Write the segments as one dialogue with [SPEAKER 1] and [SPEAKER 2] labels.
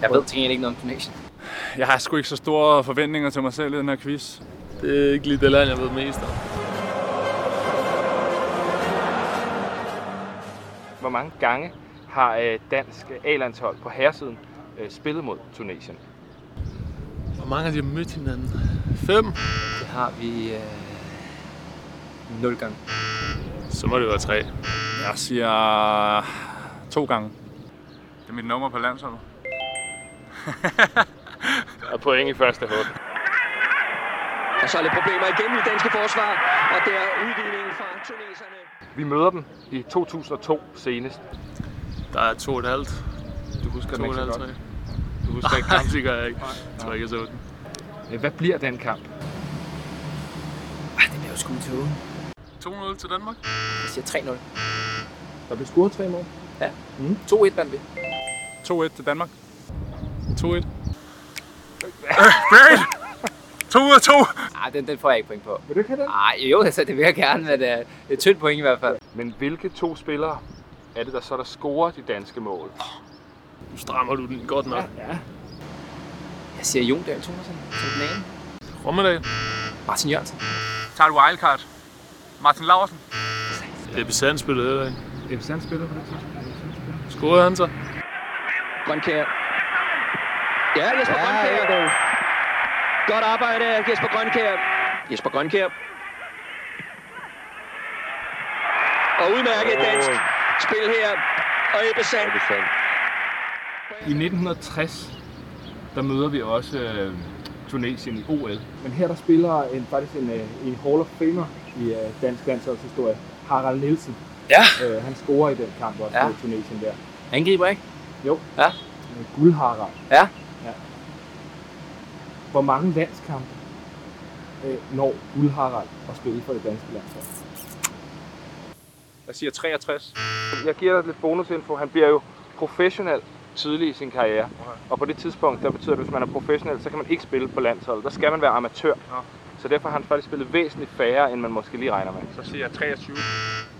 [SPEAKER 1] Jeg ved til gengæld ikke noget om Tunesien.
[SPEAKER 2] Jeg har sgu ikke så store forventninger til mig selv i den her quiz.
[SPEAKER 3] Det er ikke lige det land, jeg ved mest om.
[SPEAKER 4] Hvor mange gange har øh, dansk A-landshold på herresiden øh, spillet mod Tunesien?
[SPEAKER 3] Hvor mange af de har mødt hinanden? Fem?
[SPEAKER 1] Det har vi øh, 0 gange.
[SPEAKER 3] Så må det være tre.
[SPEAKER 2] Jeg siger to gange. Det er mit nummer på landsholdet.
[SPEAKER 3] Og point i første hug.
[SPEAKER 5] Og så er lidt problemer igen i danske forsvar, og der er udligningen fra tuneserne.
[SPEAKER 4] Vi møder dem i 2002 senest.
[SPEAKER 3] Der er to og et halvt.
[SPEAKER 4] Du husker
[SPEAKER 3] To
[SPEAKER 4] den
[SPEAKER 3] og et
[SPEAKER 4] ikke så
[SPEAKER 3] halvt,
[SPEAKER 4] godt.
[SPEAKER 3] tre. Du husker ikke kamp, det gør jeg ikke. Jeg tror ikke, jeg så den.
[SPEAKER 4] Øh, Hvad bliver den kamp?
[SPEAKER 1] Ej, det bliver jo skudt til ugen.
[SPEAKER 3] 2-0 til Danmark.
[SPEAKER 1] Jeg siger 3-0.
[SPEAKER 4] Der blev scoret tre mål.
[SPEAKER 1] 2-1 vandt vi.
[SPEAKER 2] 2-1 til Danmark.
[SPEAKER 3] 2-1.
[SPEAKER 2] Great! 2 Øh, ud af 2!
[SPEAKER 1] Ej, Ah, den, den får jeg ikke point på.
[SPEAKER 4] Vil du ikke have den?
[SPEAKER 1] Ej, jo, altså, det vil jeg gerne, men det er et tyndt point i hvert fald.
[SPEAKER 4] Men hvilke to spillere er det, der så der scorer de danske mål?
[SPEAKER 3] Nu strammer du den godt nok.
[SPEAKER 1] Jeg siger Jon Dahl Thomasen som den ene.
[SPEAKER 3] Rommedal.
[SPEAKER 1] Martin Jørgensen.
[SPEAKER 2] Tager du wildcard? Martin Larsen.
[SPEAKER 3] Det er Besand spillede heller ikke.
[SPEAKER 4] Ebbe Sand spiller på det tidspunkt.
[SPEAKER 3] Scorede han så?
[SPEAKER 5] Grønkær. Ja, Jesper ja, Grønkær. Godt arbejde af Jesper Grønkær. Jesper Grønkær. Og udmærket dansk spil her. Og Ebbe Sand.
[SPEAKER 4] I 1960, der møder vi også øh, Tunesien i OL. Men her der spiller en, faktisk en, øh, en Hall of Famer i øh, dansk landsholdshistorie, Harald Nielsen.
[SPEAKER 1] Ja.
[SPEAKER 4] Øh, han scorer i den kamp også
[SPEAKER 1] Ja.
[SPEAKER 4] ja. mod Tunesien der.
[SPEAKER 1] Angriber, ikke?
[SPEAKER 4] Med Guldharald.
[SPEAKER 1] Ja.
[SPEAKER 4] ja. Hvor mange landskampe øh, når Guldharald at spille for det danske landshold?
[SPEAKER 2] Jeg siger 63.
[SPEAKER 4] Jeg giver dig lidt bonusinfo. Han bliver jo professionel tidlig i sin karriere. Og på det tidspunkt, der betyder det, at hvis man er professionel, så kan man ikke spille på landsholdet. Der skal man være amatør. Så derfor har han faktisk spillet væsentligt færre, end man måske lige regner med.
[SPEAKER 2] Så siger jeg 23.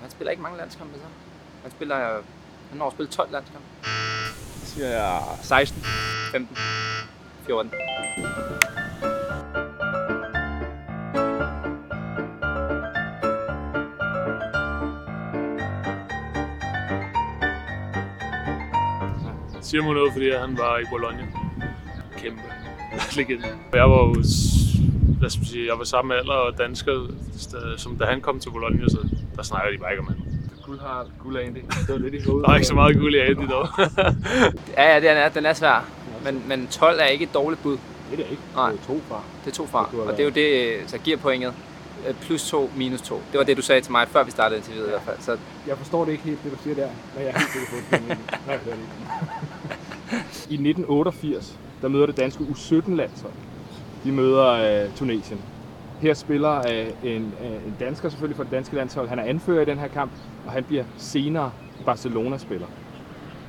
[SPEAKER 1] Han spiller ikke mange landskampe, så. Han spiller... øh, Han har spillet 12 landskampe.
[SPEAKER 2] Så siger jeg 16.
[SPEAKER 1] 15. 14.
[SPEAKER 3] siger mig noget, fordi han var i Bologna. Kæmpe. Legende. Jeg var jo, s- hvad skal man sige, jeg var samme alder og dansker, da- som da han kom til Bologna, så der snakker de bare ikke om ham.
[SPEAKER 4] Guldharald, Guldandy. Det var lidt i hovedet.
[SPEAKER 3] Der er ikke så meget guld i Andy dog.
[SPEAKER 1] Ja, ja, den er, den er svær. Men, men 12 er ikke et dårligt bud.
[SPEAKER 4] Det er det ikke.
[SPEAKER 1] Nej.
[SPEAKER 4] Det er to far.
[SPEAKER 1] Det er to fra.
[SPEAKER 4] kunne have
[SPEAKER 1] Og det er jo det, øh, så giver pointet. Øh, Plus 2, minus 2. Det var det, du sagde til mig, før vi startede interviewet i hvert fald. Så
[SPEAKER 4] Jeg forstår det ikke helt, det du siger der, men jeg er helt sikker på, at det er Nej, det er det ikke. I 1988, der møder det danske U17-landshold. De møder øh, Tunesien. Her spiller øh, en, øh, en dansker selvfølgelig for det danske landshold. Han er anfører i den her kamp, og han bliver senere Barcelona-spiller.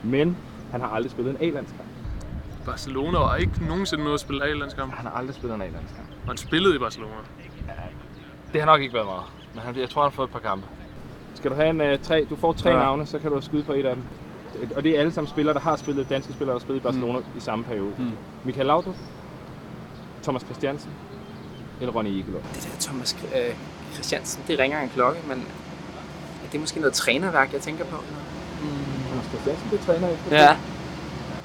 [SPEAKER 4] Men han har aldrig spillet en A-landskamp.
[SPEAKER 3] Barcelona var ikke nogensinde med at spille A-landskamp.
[SPEAKER 4] Han har aldrig spillet en A-landskamp.
[SPEAKER 3] Og han spillede i Barcelona.
[SPEAKER 4] Det har nok ikke været meget, men han, jeg tror, han har fået et par kampe. Skal du have en øh, tre? Du får tre
[SPEAKER 2] Ja.
[SPEAKER 4] ja. navne, så kan du skyde på et af dem. Og det er alle sammen spillere, der har spillet, danske spillere, der har spillet i Barcelona mm. i samme periode.
[SPEAKER 2] Mm.
[SPEAKER 4] Mm. Michael Laudrup, Thomas Christiansen eller Ronny Egelund.
[SPEAKER 1] det der Thomas øh, Christiansen, det ringer en klokke, men er det måske noget trænerværk, jeg tænker på?
[SPEAKER 4] Thomas Christiansen, det træner ikke.
[SPEAKER 1] Ja.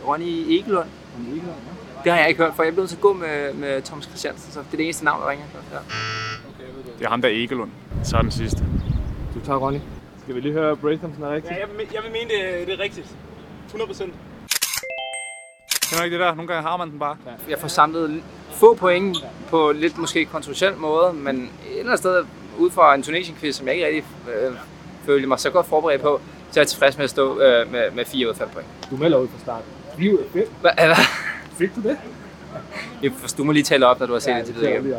[SPEAKER 1] Ronny Egelund.
[SPEAKER 4] Ronny Egelund, ja.
[SPEAKER 1] Det har jeg ikke hørt, for jeg blev så god med, med Thomas Christiansen, så det er det eneste navn, der ringer. Ja.
[SPEAKER 2] Det er ham, der er Egelund.
[SPEAKER 3] Så er den sidste.
[SPEAKER 4] Du tager Ronny. Skal vi lige høre, Braithamsen er rigtig?
[SPEAKER 6] Ja, jeg, vil- jeg vil mene, det, det er rigtigt. 100 procent.
[SPEAKER 2] Kender du ikke det der? Nogle gange har man den bare.
[SPEAKER 1] Jeg får samlet få point på lidt måske kontroversiel måde, men et eller andet sted ud fra en Tunesien-quiz, som jeg ikke rigtig øh, følte mig så godt forberedt på, så er jeg tilfreds med at stå øh, med, med 4 ud af 5 point.
[SPEAKER 4] Du melder ud fra start. 4 ud af 5.
[SPEAKER 1] Hva, hva?
[SPEAKER 4] Fik du det?
[SPEAKER 1] Du må lige tale op, når du har set ja, det
[SPEAKER 4] det
[SPEAKER 1] videre.
[SPEAKER 4] tager vi